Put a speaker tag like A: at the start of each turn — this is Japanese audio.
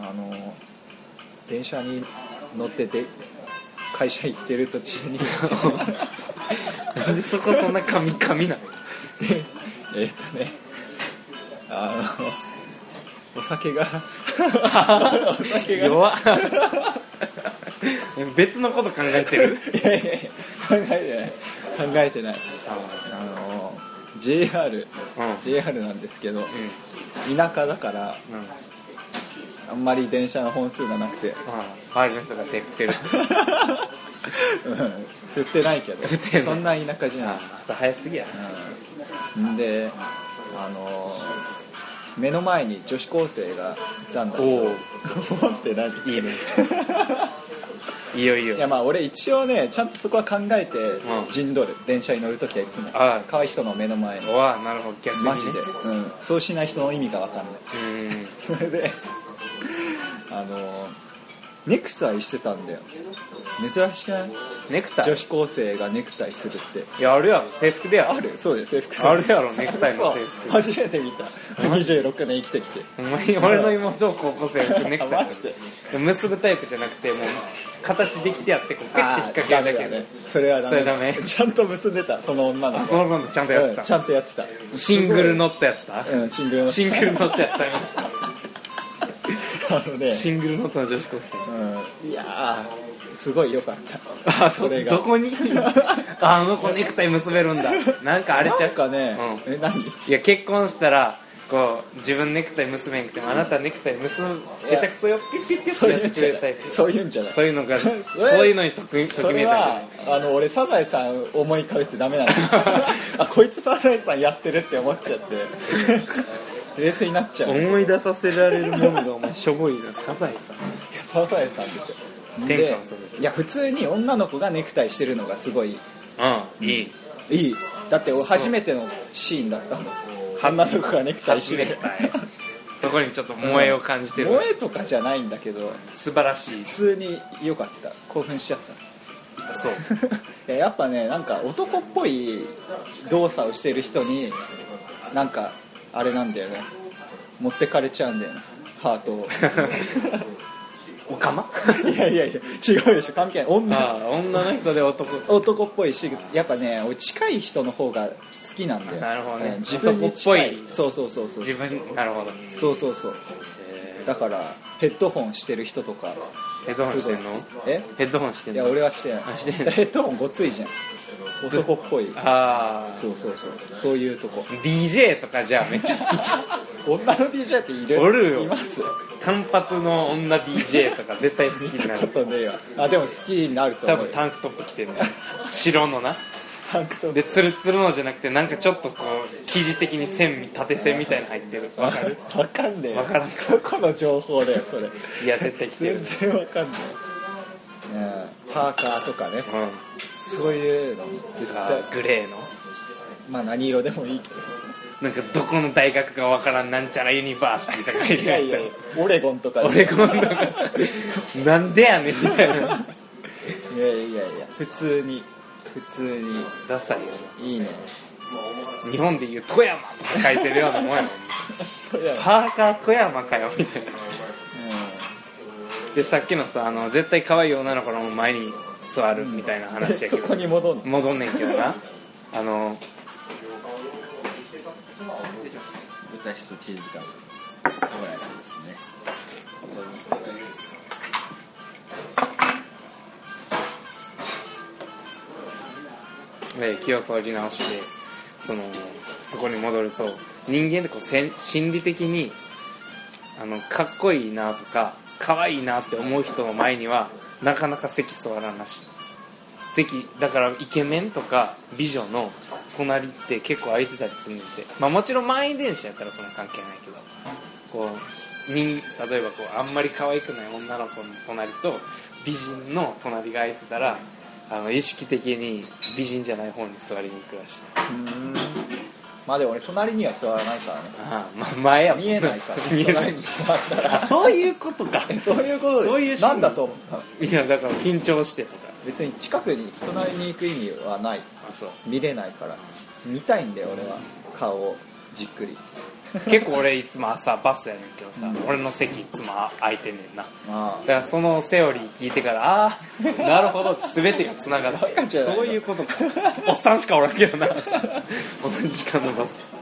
A: あの電車に乗ってて会社行ってる途中 に
B: なんでそこそんな神神なの
A: えっとねあのお酒が お酒が
B: 弱っ別のこと考えてる
A: いやいやいや考えてない考えてないあの JRJR
B: うんうん
A: なんですけど田舎だから
B: うん
A: あんまり電車の本数がなくて、
B: 周りの人が手振ってる
A: うん、振ってないけど
B: 振ってない
A: そんな田舎じゃない
B: 朝早すぎや
A: うんであの目の前に女子高生がいたんだけど
B: お
A: おおって何
B: いいねいいよいい
A: いや
B: よ
A: まあ俺一応ねちゃんとそこは考えて
B: うん
A: 陣取る、電車に乗るときはいつも
B: ああ
A: 可愛い人の目の前に
B: おわなるほど逆にね
A: マジで、うん、そうしない人の意味が分かんない
B: うん
A: それで あのネクタイしてたんだよ珍しくない
B: ネクタ
A: 女
B: イ
A: 子高生がネクタイするって
B: いやあるやろ制服でやろ
A: あるそうだよ制服
B: あるやろネクタイの制
A: そう初めて見た26年生きてきて
B: 服お前俺の妹高校生服ネクタ
A: あ
B: イ
A: マジで
B: 結ぶタイプじゃなくてもう形できてやってこうクッて引っ掛けるだけ
A: ダメだね
B: で
A: それはダメ
B: それはダメ
A: ちゃんと結んでたその女の
B: あ
A: 子
B: そのままちゃんとやって
A: うんちゃ
B: た
A: んとやってた
B: シングルノットやった
A: うんシングルの
B: シングルノットやったよ
A: あのね
B: シングルノットの女子高
A: うんいやーすごい良かった
B: 生あ
A: そ
B: そ
A: れ
B: れ
A: が
B: がどこにああの子ネクタイ結べるんだなんかあれち
A: な
B: ゃ
A: ん
B: う
A: かね、え何
B: いや結婚したらこう自分ネクタイ結べんくてもあなたネクタイ結ぶ
A: いや
B: 下手くそよピッピッピッ
A: そ
B: と
A: う
B: やっ
A: いうん
B: てく
A: じゃな
B: れるタイ
A: い
B: プ
A: そういうんじゃない
B: そういうのが
A: それ
B: そういうのに特
A: そ
B: 特
A: れ
B: 命だ
A: はあの俺サザエさん思い浮かべてダメなんだ あこいつサザエさんやってるって思っちゃって 冷静になっちゃうい
B: 思い出させられるものがお前しょぼいなサザエさん
A: やサザエさんでしょ
B: 天下
A: で
B: のサザエさん
A: いや普通に女の子がネクタイしてるのがすごい
B: うんいい
A: いいだって俺初めてのシーンだったの女の子がネクタイしてる
B: そこにちょっと萌えを感じてる、
A: 萌えとかじゃないんだけど
B: 素晴らし
A: 普
B: い
A: 通に良かった興奮しちゃった
B: そう
A: いややっぱねなんか男っぽい動作をしてる人になんかあれなんだよね持ってかれちゃうんだよねハート を
B: おかま
A: いやいやいや違うでしょ関係ない
B: ああ
A: 女
B: 女の人で男
A: 男っぽいしやっぱね俺近い人の方が好きなんだよ
B: なるほどね
A: うん自分に近
B: 男っぽい
A: そうそうそうそう
B: 自分なるほど
A: そうそうそうだからヘッドホンしてる人とか
B: ヘッドホンしてんの
A: え
B: ヘッドホンしてん
A: い
B: の
A: や俺はしてない
B: あしてない
A: ヘッドホンごつ いじゃん男っぽい
B: ああ
A: そうそうそうそういうとこ
B: DJ とかじゃあめっちゃ好きじゃん
A: 女の DJ っている
B: おるよ
A: います
B: 単発の女 DJ とか絶対好きにな
A: ちょっ
B: る
A: とねえわあでも好きになると
B: 多
A: 思う
B: 分タンクトップ着てるの白のな
A: タンクトッ
B: で
A: プ
B: ツルツルのじゃなくてなんかちょっとこう生地的に線縦線みたいなの入ってるわかる
A: わかんねえ
B: わからん
A: どこの情報だよそれ
B: いや絶対着てる
A: 全然わかんないねえパーカーとかね
B: うん
A: そういうの絶
B: あ
A: 対
B: ーグレーの
A: まあ何色でもいいけど
B: なんかどこの大学かわからんなんちゃらユニバーシティとか書い
A: い
B: てあ
A: や
B: る
A: い
B: や
A: や
B: つ
A: オレゴンとか
B: 俺今度がなんでやねんみたいな
A: や
B: い
A: いやいや普通に普通に
B: ダサいよ
A: いいね
B: 日本でいう富山とか書いてるようなもんやもん
A: そうや
B: パーカー富山かよみたいな
A: う、
B: でさっきのさあの絶対可愛い女の子の前に座るみたいなん話や
A: そ
B: け
A: こ
B: ど
A: に戻んの
B: 戻んねんけどなあの
C: 豚しそチーズがオムライスですね
B: えー気を取り直してそのそこに戻ると人間ってこうせん心理的にあのかっこいいなとか可愛いなって思う人の前にはなかなか席座らんらしい席だからイケメンとか美女の隣って結構空いてたりするんでまあもちろん満員電車やったらその関係ないけどこう人例えばこうあんまり可愛くない女の子の隣と美人の隣が空いてたらあの意識的に美人じゃない方に座りに行くらしい
A: うんまあでも俺隣には座らないからね
B: ああ、ま、前やもん
A: 見えないから
B: 見えな
A: 隣
B: い
A: に座ったら
B: あそういうことか
A: そういうことで
B: そういうシーン
A: なんだと思った
B: いやだから緊張してとか
A: 別に近くに隣に行く意味はない
B: あそう
A: 見れないから見たいんだよ俺は顔をじっくり
B: 結構俺いつも朝バスやねんけどさ、俺の席いつも空いてんねんな
A: あ
B: だからそのセオリー聞いてからああなるほどって全てがつながって
A: バカじゃないの
B: そういうことかおっさんしかおらんけどな同じ時間のバス